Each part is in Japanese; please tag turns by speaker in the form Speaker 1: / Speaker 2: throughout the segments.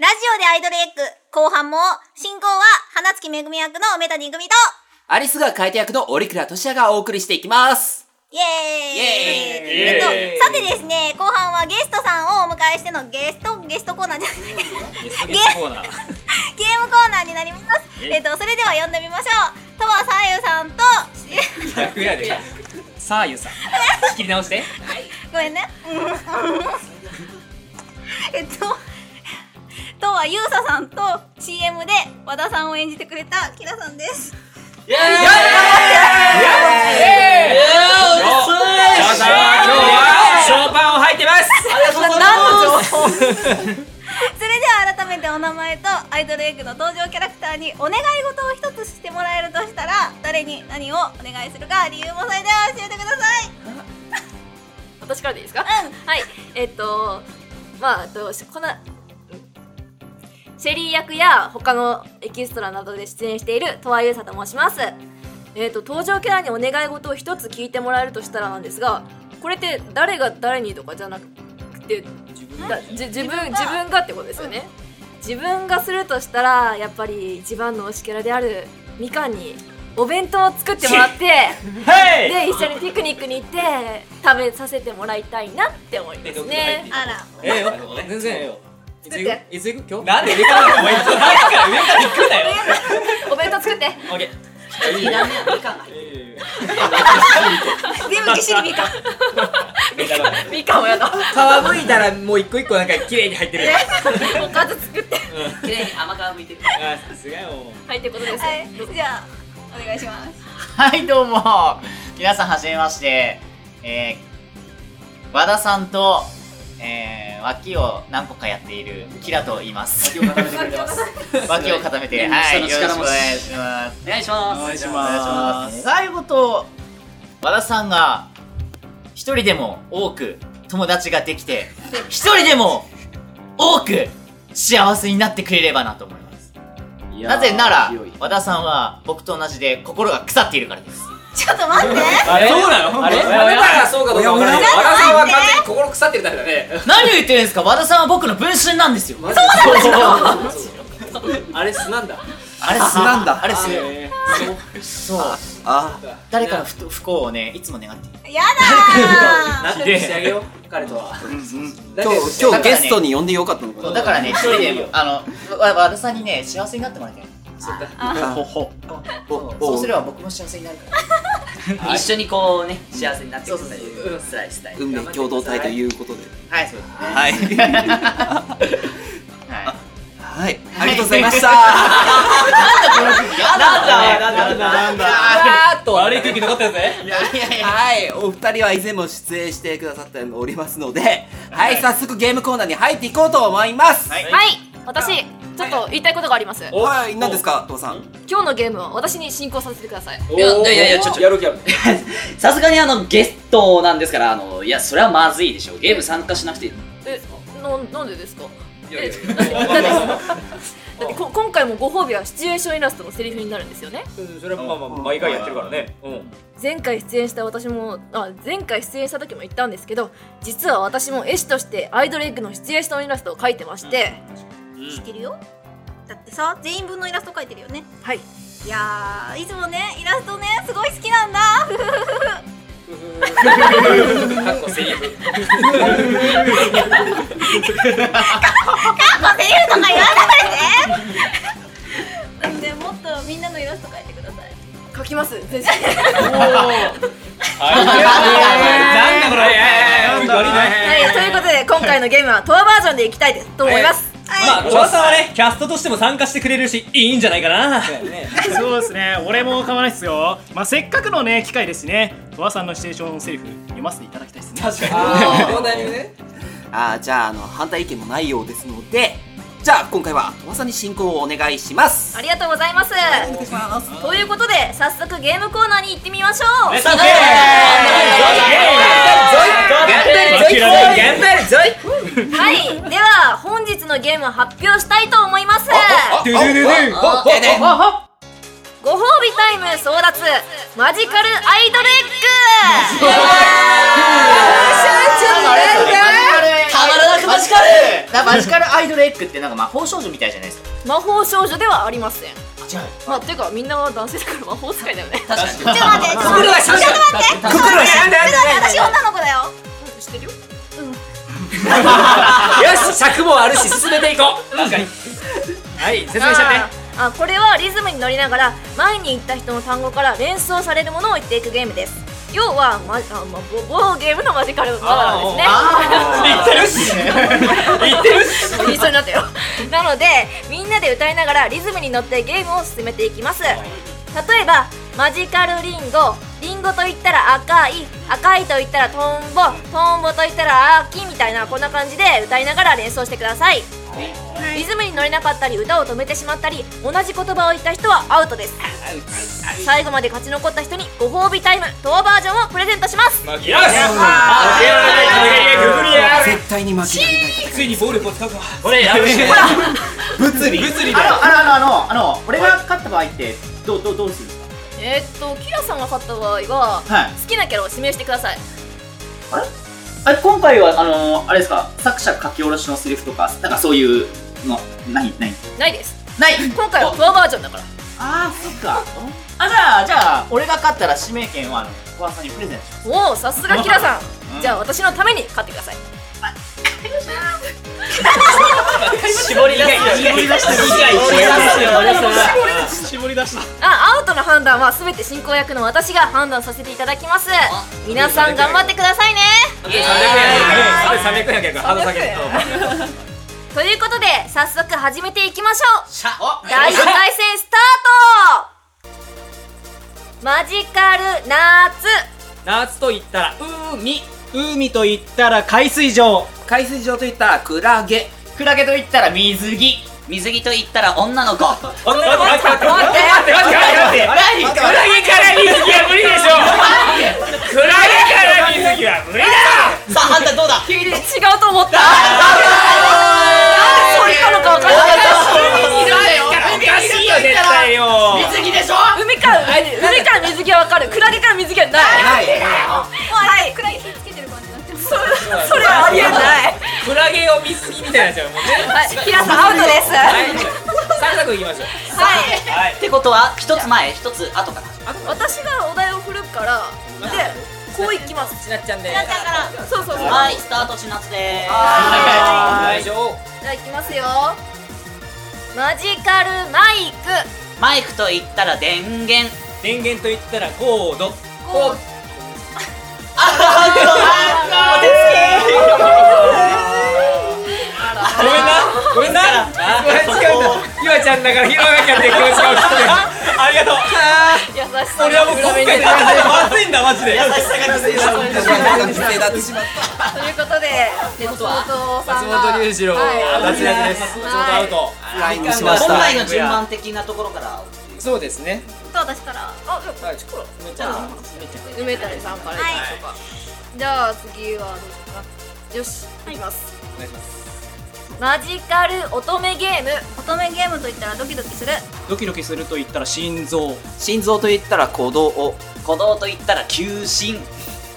Speaker 1: ラジオでアイドルエッグ後半も進行は花月めぐみ役の梅谷組と
Speaker 2: アリスが変えて役の折倉俊也がお送りしていきます。
Speaker 1: イエーイ
Speaker 2: イエ
Speaker 3: ーイ
Speaker 1: えっと、さてですね後半はゲストさんをお迎えしてのゲストゲストコーナーじゃない
Speaker 3: ゲストゲストコーナー。
Speaker 1: ゲームコーナーになります
Speaker 3: イエーイ
Speaker 1: えっとそれでは呼んでみましょうとわさゆさんと
Speaker 3: 逆やで。さあゆさん。仕切り直して。
Speaker 1: ごめんねうんうんえっととはゆうささんと CM で和田さんを演じてくれたきらさんです
Speaker 2: イエーイイエーイ
Speaker 3: ショーパン今日はショーパンを履いてます。
Speaker 1: それでは改めてお名前とアイドルエッグの登場キャラクターにお願い事を一つしてもらえるとしたら誰に何をお願いするか理由もそれでは教えてください
Speaker 4: 私からでいいですか、
Speaker 1: うん
Speaker 4: はいえっとまあえっとしこのんシェリー役や他のエキストラなどで出演している戸ゆさと申しますえっと登場キャラにお願い事を一つ聞いてもらえるとしたらなんですがこれって誰が誰にとかじゃなくてだじ自分
Speaker 1: 自
Speaker 4: 自
Speaker 1: 分
Speaker 4: 分がってことですよね、自分がするとしたらやっぱり一番の推しキャラであるみかんにお弁当を作ってもらって
Speaker 3: はい。
Speaker 4: で一緒にピクニックに行って食べさせてもらいたいなって思いますね
Speaker 1: あ
Speaker 3: え
Speaker 1: ら
Speaker 3: えよ。
Speaker 2: 全然ええよ。いつ
Speaker 4: 作っ
Speaker 2: 行く
Speaker 4: て
Speaker 2: いつ行く今日
Speaker 3: なんで上から上から上から行くなよ。
Speaker 4: お弁当作って
Speaker 3: オッケー。
Speaker 1: 全部ぎっしりみかん
Speaker 4: みかんもやだ
Speaker 2: 皮むいたらもう一個一個なんか綺麗に入ってる。
Speaker 4: おかず作って
Speaker 3: あさすがよ。
Speaker 4: はいってことです、
Speaker 1: はいじゃあお願いします
Speaker 5: はいどうも皆さんはじめまして、えー和田さんと、えー脇を何個かやっているキラと言います
Speaker 2: 今日固めてくれてます。
Speaker 5: 脇を固めてはいよろしくお願いします
Speaker 2: お願いします。お願いし
Speaker 5: お願いします最後と和田さんが一人でも多く友達ができ て一人でも多く幸せになってくれればなと思いますなぜなら和田さんは僕と同じで心が腐っているからです
Speaker 1: ちょっと待って
Speaker 3: あれそうなの？あれ？
Speaker 2: 俺らそうかどうか分からない。
Speaker 1: おやおや
Speaker 2: 和田さんは完全に心腐ってるだけだね。
Speaker 5: 何を言ってるんですか和田さんは僕の分身なんですよ
Speaker 2: そうなんですか。あれ素なんだ。
Speaker 5: あれすなんだあれす
Speaker 2: え
Speaker 5: そう誰かの不不幸をねいつも願っている
Speaker 1: や
Speaker 2: ー
Speaker 1: だ
Speaker 2: なんとかしてあげよう彼とは。だけ
Speaker 6: 今
Speaker 2: ど
Speaker 6: 日今日ゲストに呼んでよかったのか
Speaker 5: そ
Speaker 6: な
Speaker 5: うだからね一人でもあのわ和田さんにね幸せになってもらいたい
Speaker 6: あほほ
Speaker 5: そうすれば僕も幸せになるから
Speaker 7: 一緒にこうね幸せになっていくというスライスタイル
Speaker 6: 運命共同体ということで
Speaker 5: はいそうですね
Speaker 6: はい
Speaker 5: はい
Speaker 6: はいありがとうございました
Speaker 5: なんだ
Speaker 3: なんだなんだ
Speaker 2: あーっと
Speaker 3: 悪い空気残ったぜ。
Speaker 5: いやいやいや
Speaker 6: はい、お二人は以前も出演してくださっておりますので、はい、早速ゲームコーナーに入っていこうと思います。
Speaker 5: はい
Speaker 4: はい私ちょっと言いたいことがあります
Speaker 3: お
Speaker 6: はい、何ですか、父さん。
Speaker 4: 今日のゲームは私に進行させてください
Speaker 2: お
Speaker 7: いやいやいやちょちょ
Speaker 2: やる気ある。
Speaker 7: さすがにあのゲストなんですからあのいやそれはまずいでしょゲーム参加しなくていい
Speaker 4: えなんなんでですか
Speaker 2: いやいや
Speaker 4: えだってだってだってこ今回もご褒美はシチュエーションイラストのセリフになるんですよね
Speaker 3: それはまあまあ毎回やってるからね。うん。
Speaker 4: 前回出演した私もあ前回出演した時も言ったんですけど実は私も絵師としてアイドルエッグのシチュエーションイラストを描いてまして、
Speaker 1: 知ってるよだってさ全員分のイラスト描いてるよね
Speaker 4: はい
Speaker 1: いやーいつもねイラストねすごい好きなんだ
Speaker 2: かっこセリフ。
Speaker 1: あセリフとか言わないでなんでもっとみんなのイラスト描いてください
Speaker 4: 描きます全身
Speaker 3: はい。なんだこれ。悪いね。
Speaker 4: はいということで今回のゲームはトアバージョンでいきたいですと思います、
Speaker 3: まあ、小田さんはね、キャストとしても参加してくれるし、いいんじゃないかな。
Speaker 8: そうですね、俺も構わないっすよ。まあ、せっかくのね、機会ですね。とわさんのシチュエーションセリフ読ませていただきたいですね。
Speaker 2: あーね。
Speaker 6: あーじゃあ、あの、反対意見もないようですので、じゃあ、今回は、父さんに進行をお願いします。
Speaker 4: ありがとうございますということで早速ゲームコーナーに行ってみましょう
Speaker 3: レッツオッケー
Speaker 2: ゾイゾイ
Speaker 3: 頑張れ
Speaker 4: はいでは本日のゲームを発表したいと思います
Speaker 3: ドゥドゥドゥドゥ
Speaker 6: でね
Speaker 4: ご褒美タイム争奪マジカルアイドルエッグ
Speaker 5: たまらなくマジカルなマジカルアイドルエッグってなんか魔法少女みたいじゃないですか
Speaker 4: 魔法少女ではありません
Speaker 5: 違う
Speaker 4: まあてかみんなは男性だから魔法使いだよね
Speaker 1: ちょっと待って、ちょっと待って、ちょっと待って、ちょっと待って、ちょっと待って、私女の子だよ。
Speaker 4: 知ってるよ
Speaker 3: し尺もあるし進めていこうはい説明しちゃって
Speaker 4: あーあこれはリズムに乗りながら前に言った人の単語から連想されるものを言っていくゲームです要はまあ、まボボードゲームのマジカルバナナですね
Speaker 3: 言ってるし
Speaker 4: 一緒になったよなのでみんなで歌いながらリズムに乗ってゲームを進めていきます例えばマジカルリンゴリンゴと言ったら赤い赤いと言ったらトンボトンボと言ったら秋みたいなこんな感じで歌いながら連想してくださいリズムに乗れなかったり歌を止めてしまったり同じ言葉を言った人はアウトです最後まで勝ち残った人にご褒美タイム当バージョンをプレゼントします
Speaker 3: よしグリア
Speaker 6: 絶対に負けられない
Speaker 3: ついに暴力を使うか俺やべえ
Speaker 6: 物理
Speaker 3: 物理
Speaker 5: あ
Speaker 3: だ
Speaker 5: のあのあのあのあの俺が勝った場合ってどうどうどうするんです
Speaker 4: えーっとキラさんが勝った場合は
Speaker 5: かはい
Speaker 4: 好きなキャラを指名してください
Speaker 5: あれ今回はあのあれですか作者書き下ろしのセリフとかなんかそういうのないない
Speaker 4: ないです
Speaker 5: ない
Speaker 4: 今回はクワバージョンだから
Speaker 5: ああそっかあじゃあじゃあ俺が勝ったら指名権はあの小川さんにプレゼントし
Speaker 4: おおさすがキラさん、
Speaker 5: うん
Speaker 4: じゃあ私のために買ってください
Speaker 3: 絞り出す絞り出して
Speaker 8: 絞り出した
Speaker 4: あアウトの判断は全て進行役の私が判断させていただきます皆さん頑張ってくださいね
Speaker 3: 300円300円300円ハード下げる
Speaker 4: ということで早速始めていきましょう
Speaker 5: たお
Speaker 4: 第1回戦スタートマジカル夏
Speaker 3: 夏と言ったら海
Speaker 8: 海と言ったら海水場
Speaker 6: 海水場といったらクラゲ
Speaker 5: クラゲと言ったら水着
Speaker 7: 水着と言ったら女の子。
Speaker 3: 待って待って待って待って待って
Speaker 5: あ
Speaker 3: 待って
Speaker 5: れ
Speaker 3: クラゲから水着は無理でしょクラゲから水着は無理だ
Speaker 7: さあ、判断どうだ
Speaker 4: 急に違うと思ったあーそれなのか分からな
Speaker 3: 海からおかしいよ絶対よ
Speaker 5: 水着でしょ
Speaker 4: い海から海から水着は分かるクラゲから水着はない
Speaker 1: はい、暗い火つけてる感じになってます。そう
Speaker 4: それはありえない
Speaker 3: クラゲを水着みたいになっちゃうもうね
Speaker 4: はい、平さんアウトです。
Speaker 3: サクサクいきましょう
Speaker 4: はい、
Speaker 7: ってことは、一つ前、一つ後かな。
Speaker 4: 私がお題を振るから、で、こういきます。
Speaker 3: ちなっちゃんで
Speaker 1: だから、
Speaker 4: そうそうそう。
Speaker 7: は、
Speaker 4: はいい、
Speaker 7: スタートしなつで
Speaker 3: はい大丈夫
Speaker 4: じゃあ、いきますよ。マジカルマイク。
Speaker 7: す。マイクと言ったら電源。
Speaker 3: 電源と言ったらコード
Speaker 4: こう、
Speaker 3: ごめんなごめんなごめん違うんだひわちゃんだからひわちゃんって気持ちが大きくてありがとう
Speaker 4: 優しさ。
Speaker 3: 俺はもう今回でまずいんだマジで
Speaker 6: 犠牲になってしまった
Speaker 4: ということで、松本さんが。
Speaker 3: 松本龍二郎
Speaker 4: はい、
Speaker 3: 脱落です松本アウト
Speaker 6: ラインにしま
Speaker 7: 今
Speaker 6: した
Speaker 7: 回の順番的なところから。
Speaker 3: そうですね
Speaker 1: と私から。
Speaker 4: あ、じゃ
Speaker 3: はいちょっと梅ちゃん
Speaker 4: あ、梅谷さんからいきましょうか。じゃあ、次はどうしようかな。よし、いきます。
Speaker 3: お願いします
Speaker 4: マジカル乙女ゲーム。
Speaker 1: 乙女ゲームと言ったらドキドキする。
Speaker 8: ドキドキすると言ったら心臓
Speaker 6: 心臓といったら鼓動を
Speaker 7: 鼓動と言ったら求心。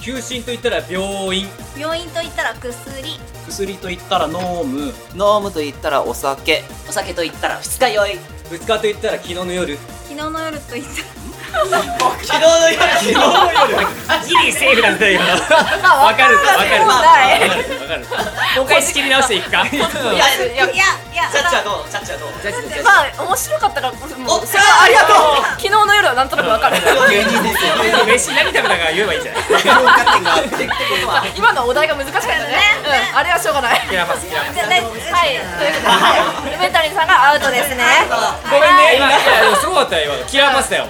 Speaker 3: 休診と言ったら病院
Speaker 1: 病院と言ったら薬。
Speaker 8: 薬と言ったら飲む
Speaker 6: 飲むといったらお酒
Speaker 7: お酒と言ったら二日酔い。
Speaker 3: ぶつかと言ったら昨日の夜
Speaker 1: 昨日の夜と言った
Speaker 7: 昨日の夜。
Speaker 3: ギリセーフなんだよ
Speaker 4: あ、
Speaker 3: わかるわかるわ
Speaker 4: ない。
Speaker 3: かるわかるもう一回仕切り直していくか
Speaker 4: いや、いや
Speaker 1: ら。いや、いや、
Speaker 7: チャッチはどうチャッチはどう
Speaker 4: まあ面白かったらもう
Speaker 7: お
Speaker 4: それはありがとう昨日の夜はなんとなくわ かる
Speaker 3: 飯何食べたか言えばいいんじゃない
Speaker 4: 今のはお題が難しかったね、うん、あれはしょうがない
Speaker 3: キラマスキラマス
Speaker 1: じゃあ大丈夫
Speaker 4: はい、ということではい、梅谷さんがアウトですね
Speaker 3: ごめんね今いやでもすごかったよ今のキラーパスだよ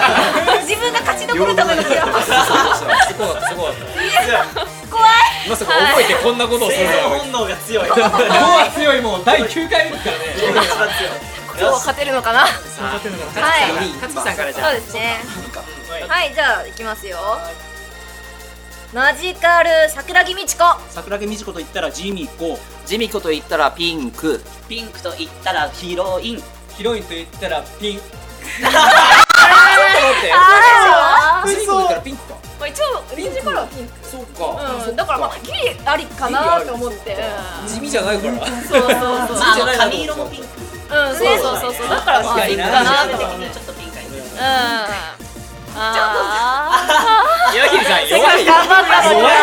Speaker 1: 自分が勝ち残るための手を。
Speaker 3: すごかったすごかった
Speaker 1: 怖い。
Speaker 3: まさか覚えてこんなことをするのは
Speaker 5: 本能が強い
Speaker 3: う強いもう第9回目ですからね
Speaker 4: 今日は勝てるのかな はい、
Speaker 3: 勝木さんからじゃ
Speaker 4: そうですねはい、じゃあ行きますよマジカル桜木美智子
Speaker 8: 桜木美智子と言ったらジミコ
Speaker 6: ジミコといったらピンク
Speaker 7: ピンクと言ったらヒロイン。
Speaker 3: ヒロインと言ったらピンちょっと
Speaker 6: って
Speaker 4: あ
Speaker 6: スリムだからピンクか
Speaker 4: ーまあ一応臨時カラーはピンク
Speaker 6: そうか、
Speaker 4: うんだからまあギリありかなと思って
Speaker 3: 地味じゃないから
Speaker 4: うんそうそうそう
Speaker 1: まあ、あの髪色もピンク
Speaker 4: うんそうそうそうそうだからまあいいか
Speaker 1: 感
Speaker 4: な
Speaker 1: 覚
Speaker 4: と
Speaker 1: 的
Speaker 4: 思って
Speaker 1: にちょっとピンクがいい
Speaker 4: うんああ
Speaker 3: 岩切さん弱いよ
Speaker 4: 頑張ったの
Speaker 3: 弱い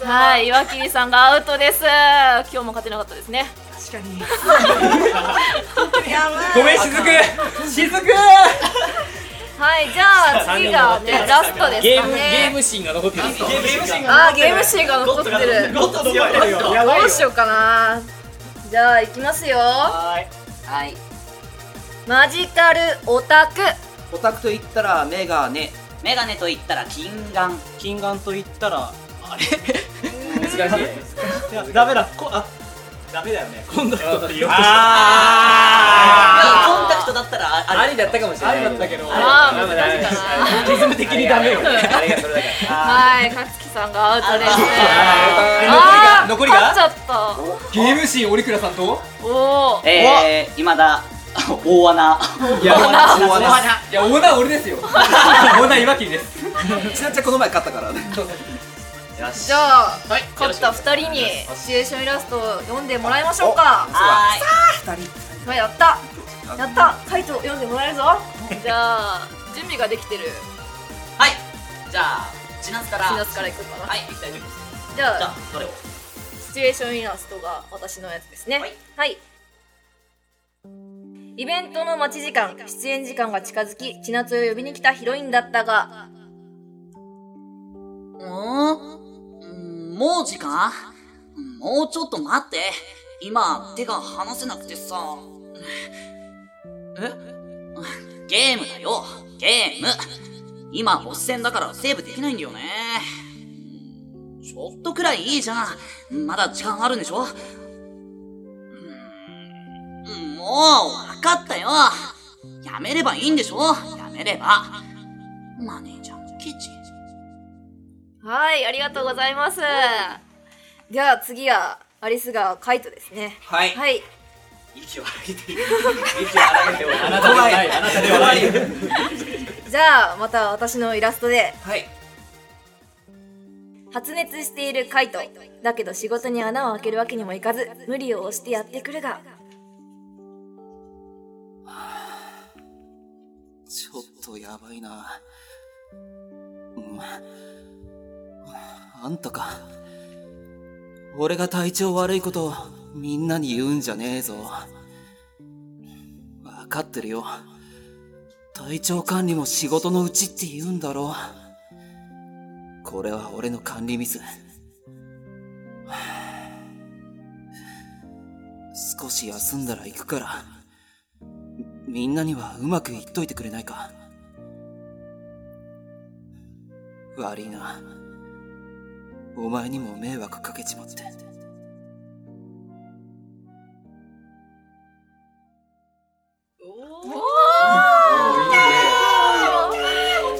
Speaker 4: かはい岩切さんがアウトです今日も勝てなかったですね
Speaker 1: やばい
Speaker 3: ごめんしずくしずく
Speaker 4: はいじゃあ次がねラストですかね
Speaker 3: ゲームゲームシーンが残ってる
Speaker 4: あーゲームシーンが残ってる
Speaker 5: ゴッド強いですよ
Speaker 4: どうしようかなじゃあ行きますよ
Speaker 7: はい。
Speaker 4: マジカルオタク
Speaker 6: オタクと言ったらメガネ
Speaker 7: メガネと言ったら金眼。
Speaker 8: 金眼と言ったら
Speaker 3: 難しい
Speaker 8: いやダメだこあダメだよね今度
Speaker 3: あ
Speaker 7: コンタクトだったらあ
Speaker 3: あ
Speaker 7: あ
Speaker 3: あ
Speaker 7: れ
Speaker 3: りだったかもしれないありだったけど
Speaker 4: あー難しいか
Speaker 3: リズム的にダメよありがとうだ
Speaker 4: なはい勝木さんがアウトです
Speaker 3: から
Speaker 4: あー
Speaker 3: 残りが残
Speaker 4: 勝っちゃっ
Speaker 3: りがゲームシーン折倉さんと
Speaker 4: たおお
Speaker 7: えー、今だ 大穴。
Speaker 3: いや
Speaker 6: 大穴
Speaker 3: いやオーナー俺 ですよオーナー岩切です
Speaker 6: ちなっちゃんこの前買ったからね
Speaker 4: じゃあ、勝った2人にシチュエーションイラストを読んでもらいましょうか
Speaker 7: は
Speaker 4: はいやったやったカイト読んでもらえるぞじゃあ準備ができてる
Speaker 7: ーい。はい。 じゃあ、ちなすから。
Speaker 4: 4月からいくかな、
Speaker 7: はい、大丈夫です。
Speaker 4: じゃ
Speaker 7: じゃ
Speaker 4: あ
Speaker 7: あ、どれを
Speaker 4: シチュエーションイラストが私のやつですね
Speaker 7: はい
Speaker 4: はいイベントの待ち時間出演時間が近づき千夏を呼びに来たヒロインだったが
Speaker 9: うん、もう時間もうちょっと待って。今、手が離せなくてさ。えゲームだよ、ゲーム。今、ボス戦だからセーブできないんだよね。ちょっとくらいいいじゃん。まだ時間あるんでしょうんもう、わかったよ。やめればいいんでしょやめれば。マネージャー、キッチン。
Speaker 4: はいありがとうございますでは次はアリスがカイトですね
Speaker 6: はい
Speaker 4: はい
Speaker 5: 息を荒げて
Speaker 3: あなたではないあなたではない
Speaker 4: じゃあまた私のイラストで
Speaker 6: はい
Speaker 4: 発熱しているカイトだけど仕事に穴を開けるわけにもいかず無理を押してやってくるが
Speaker 6: ちょっとやばいな。うんあんたか。俺が体調悪いことみんなに言うんじゃねえぞ。わかってるよ。体調管理も仕事のうちって言うんだろう。これは俺の管理ミス。はあ少し休んだら行くから。みんなにはうまく言っといてくれないか。悪いな。お前にも迷惑かけちまって。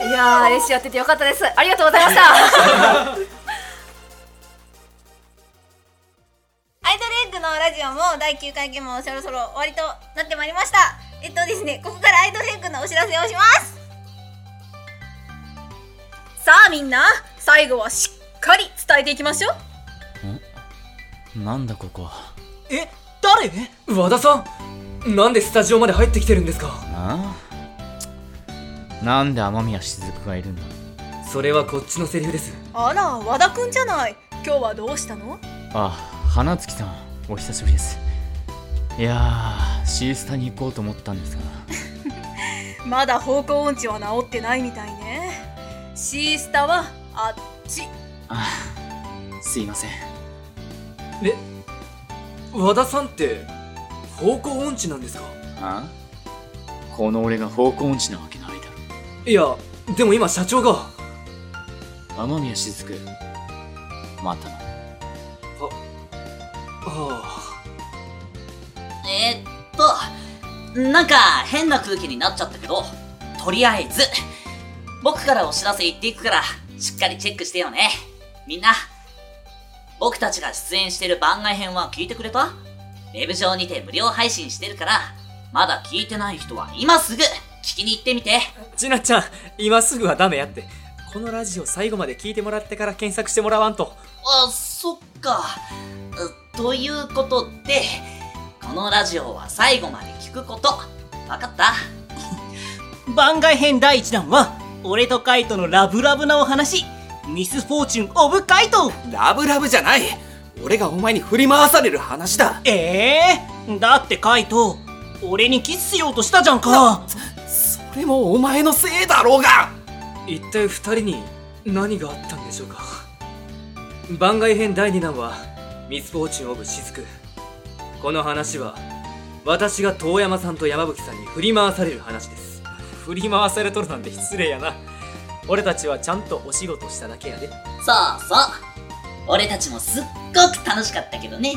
Speaker 4: いやーレシやっててよかったですありがとうございました
Speaker 1: アイドルエッグのラジオも第9回ゲームもそろそろ終わりとなってまいりましたえっとですねここからアイドルエッグのお知らせをしますさあみんな最後はしっかり伝えていきましょう
Speaker 10: なんだここ
Speaker 3: え誰和田さんなんでスタジオまで入ってきてるんですか
Speaker 10: あなんで雨宮雫がいるんだ
Speaker 3: それはこっちのセリフです
Speaker 1: あら和田くんじゃない今日はどうしたの
Speaker 10: あ花月さんお久しぶりですいやーシースタに行こうと思ったんですが
Speaker 1: まだ方向音痴は治ってないみたいねシースタはあっち
Speaker 10: あすいません
Speaker 3: 和田さんって方向音痴なんですか
Speaker 10: あこの俺が方向音痴なわけないだ
Speaker 3: いやでも今社長が
Speaker 10: ろ雨宮雫またな
Speaker 3: あ
Speaker 9: えーっと、なんか変な空気になっちゃったけど、とりあえず、僕からお知らせ言っていくから、しっかりチェックしてよね。みんな、僕たちが出演してる番外編は聞いてくれたウェブ上にて無料配信してるから、まだ聞いてない人は今すぐ聞きに行ってみて
Speaker 3: ちなちゃん、今すぐはダメやって。このラジオ最後まで聞いてもらってから検索してもらわんと。
Speaker 9: あそっかうということでこのラジオは最後まで聞くことわかった
Speaker 11: 番外編第1弾は俺とカイトのラブラブなお話ミスフォーチュンオブカイト
Speaker 6: ラブラブじゃない俺がお前に振り回される話だ
Speaker 11: ええだってカイト俺にキスしようとしたじゃんか
Speaker 6: それもお前のせいだろうが
Speaker 3: 一体二人に何があったんでしょうか。番外編第2弾は、ミスフォーチュンオブ雫。この話は、私が遠山さんと山吹さんに振り回される話です。振り回されとるなんて失礼やな。俺たちはちゃんとお仕事しただけやで。
Speaker 9: そうそう俺たちもすっごく楽しかったけどね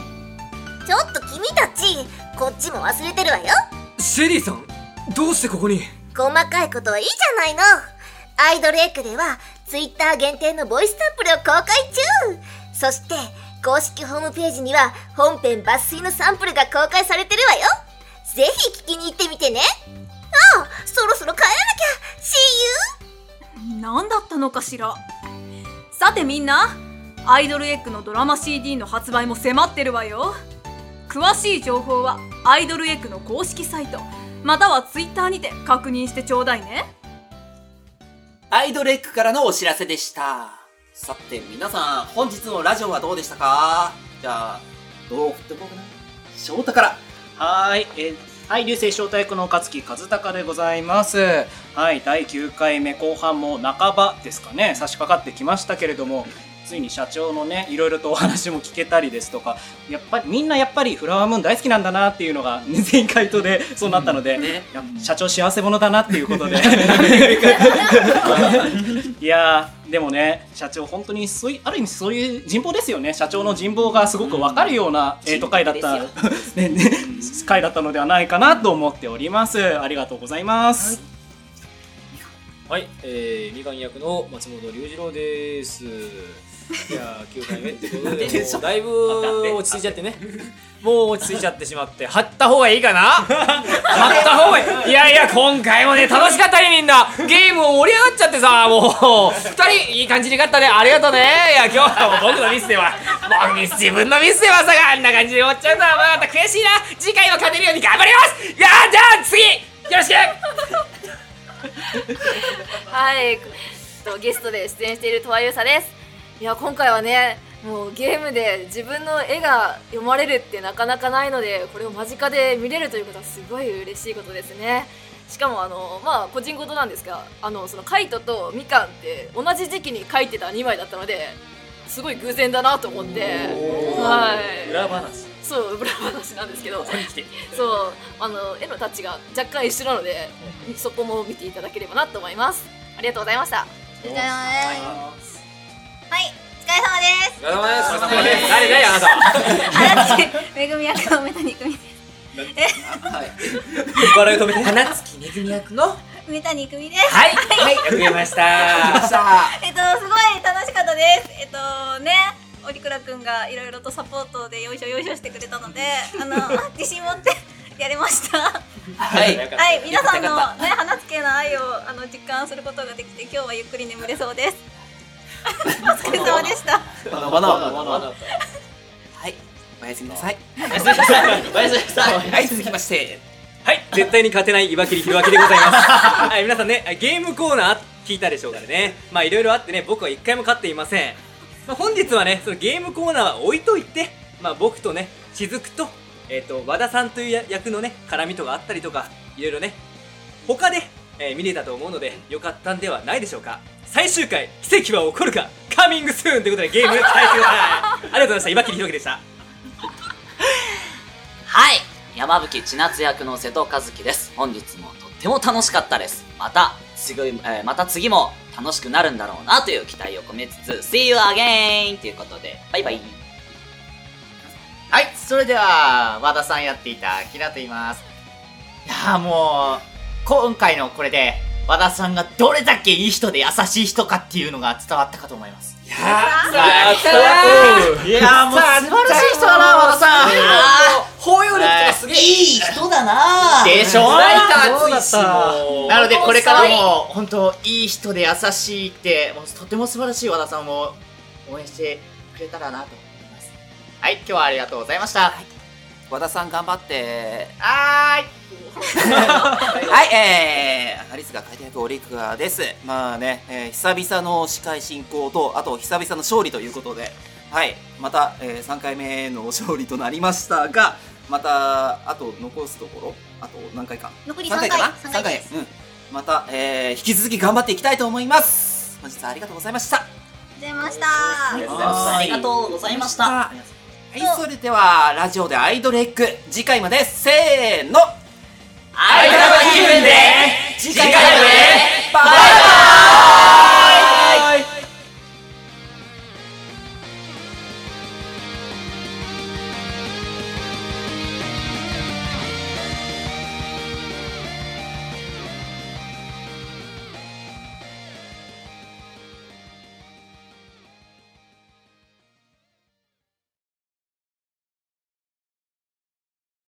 Speaker 12: ちょっと君たちこっちも忘れてるわよ
Speaker 3: シェリーさん、どうしてここに
Speaker 12: 細かいことはいいじゃないのアイドルエッグでは Twitter 限定のボイスサンプルを公開中そして公式ホームページには本編抜粋のサンプルが公開されてるわよぜひ聞きに行ってみてねああそろそろ帰らなきゃ See you!
Speaker 1: 何だったのかしらさてみんなアイドルエッグのドラマ CD の発売も迫ってるわよ詳しい情報はアイドルエッグの公式サイトまたはツイッターにて確認してちょうだいね
Speaker 2: アイドルエッグからのお知らせでした。さて、皆さん、本日のラジオはどうでしたかじゃあ、どう振ってこうかな。翔 太から。
Speaker 8: はーい、えーはい、流星招待役の勝木和孝でございます。はい、第9回目後半も半ばですかね、差し掛かってきましたけれども、ついに社長のね、いろいろとお話も聞けたりですとか、やっぱり、みんなやっぱりフラワームーン大好きなんだなっていうのが、ね前回とでそうなったので、やっぱ社長幸せ者だなっていうことで、いやーでもね社長本当にそういある意味そういう人望ですよね社長の人望がすごくわかるような、えー、と回だった、ねね、回だったのではないかなと思っておりますありがとうございます、
Speaker 13: はい、えー、みかん役の松本龍二郎です。いやー、9回目ってこと で、もうだいぶ落ち着いちゃってね。もう落ち着いちゃってしまって、張った方がいいかな張った方がいい。いやいや、今回もね、楽しかったね、みんな。ゲームも盛り上がっちゃってさ、もう、二人、いい感じに勝ったね。ありがとうね。いや、今日はもう僕のミスでは、僕ミス、自分のミスでまさか、あんな感じで終わっちゃうのは、また悔しいな。次回は勝てるように頑張りますいやー、じゃあ次、よろしく
Speaker 4: はい、とゲストで出演しているとわゆうさです。いや今回はね、もうゲームで自分の絵が読まれるってなかなかないので、これを間近で見れるということはすごい嬉しいことですね。しかもあのまあ個人事なんですが、あのそのカイトとみかんって同じ時期に描いてた2枚だったので、すごい偶然だなと思って、はい。
Speaker 13: 裏話。
Speaker 4: そう裏話なんですけどそうあの絵のタッチが若干一緒なのでそこも見ていただければなと思いますありがとうございました
Speaker 12: お疲れ様ですはいお疲れ様で
Speaker 13: お疲れ様
Speaker 12: す
Speaker 13: です。誰だよ、あなたは。
Speaker 1: めぐみ役の梅谷久美
Speaker 3: 笑い止めて花
Speaker 1: 月めぐみ役の梅谷久美です
Speaker 3: はい、はい、よく言えました。さあ、
Speaker 1: えっと、すごい楽しかったです。えっとね、オリクラくんがいろいろとサポートでよいしょよいしょしてくれた ので、あの自信持ってやれました。
Speaker 2: はい、
Speaker 1: はい、皆さんのね、花つけの愛をあの実感することができて、今日はゆっくり眠れそ うです。お疲れ様でした。
Speaker 2: バナバナ。はい、おやすみなさい。おやすみな
Speaker 3: さいおやすみなさい
Speaker 2: はい、続きまして。
Speaker 3: はい、絶対に勝てない岩切ひろあきでございます。 はい、皆さんね、ゲームコーナー聞いたでしょうからね。まあ、いろいろあってね、僕は一回も勝っていません。まあ、本日はね、そのゲームコーナーは置いといて、まあ、僕とね、しずくと、えっ、と、和田さんというや役のね、絡みとかあったりとか、いろいろね、他で、えー見れたと思うので、よかったんではないでしょうか。最終回、奇跡は起こるか、カミングスーンということでゲーム期待してください。ありがとうございました。岩切ひろあきでした。
Speaker 9: はい山吹千夏役の瀬戸和樹です本日もとっても楽しかったですまた次,、えーまた次も楽しくなるんだろうなという期待を込めつつ See you again! ということでバイバイ
Speaker 5: はい、それでは、和田さんやっていた、キラと言います。いやーもう、今回のこれで、和田さんがどれだけいい人で優しい人かっていうのが伝わったかと思います。いやー、いやーもう素晴らしい人だな、和田さん。
Speaker 13: 包容力とかすげえ。
Speaker 5: いい
Speaker 9: 人だなぁ
Speaker 5: でしょなのでこれからも本当いい人で優しいってもうとても素晴らしい和田さんを応援してくれたらなと思いますはい今日はありがとうございました
Speaker 2: 和田さん頑張って
Speaker 5: は
Speaker 2: ーいはいえー、アリスが書いてあるオリクガですまあね、えー久々の司会進行とあと久々の勝利ということではいまた、え3回目の勝利となりましたがまたあと残すところあと何回か
Speaker 14: 残り
Speaker 2: 三
Speaker 14: 3回
Speaker 2: かな
Speaker 14: 3
Speaker 2: 3回うんまた、えー引き続き頑張っていきたいと思います本日はありがとうございました
Speaker 14: 出ました
Speaker 2: ありがとうございました
Speaker 9: ありがとうございました
Speaker 2: はいそれではラジオでアイドルエッグ次回までせーのアイドル気分で次回までバイバイ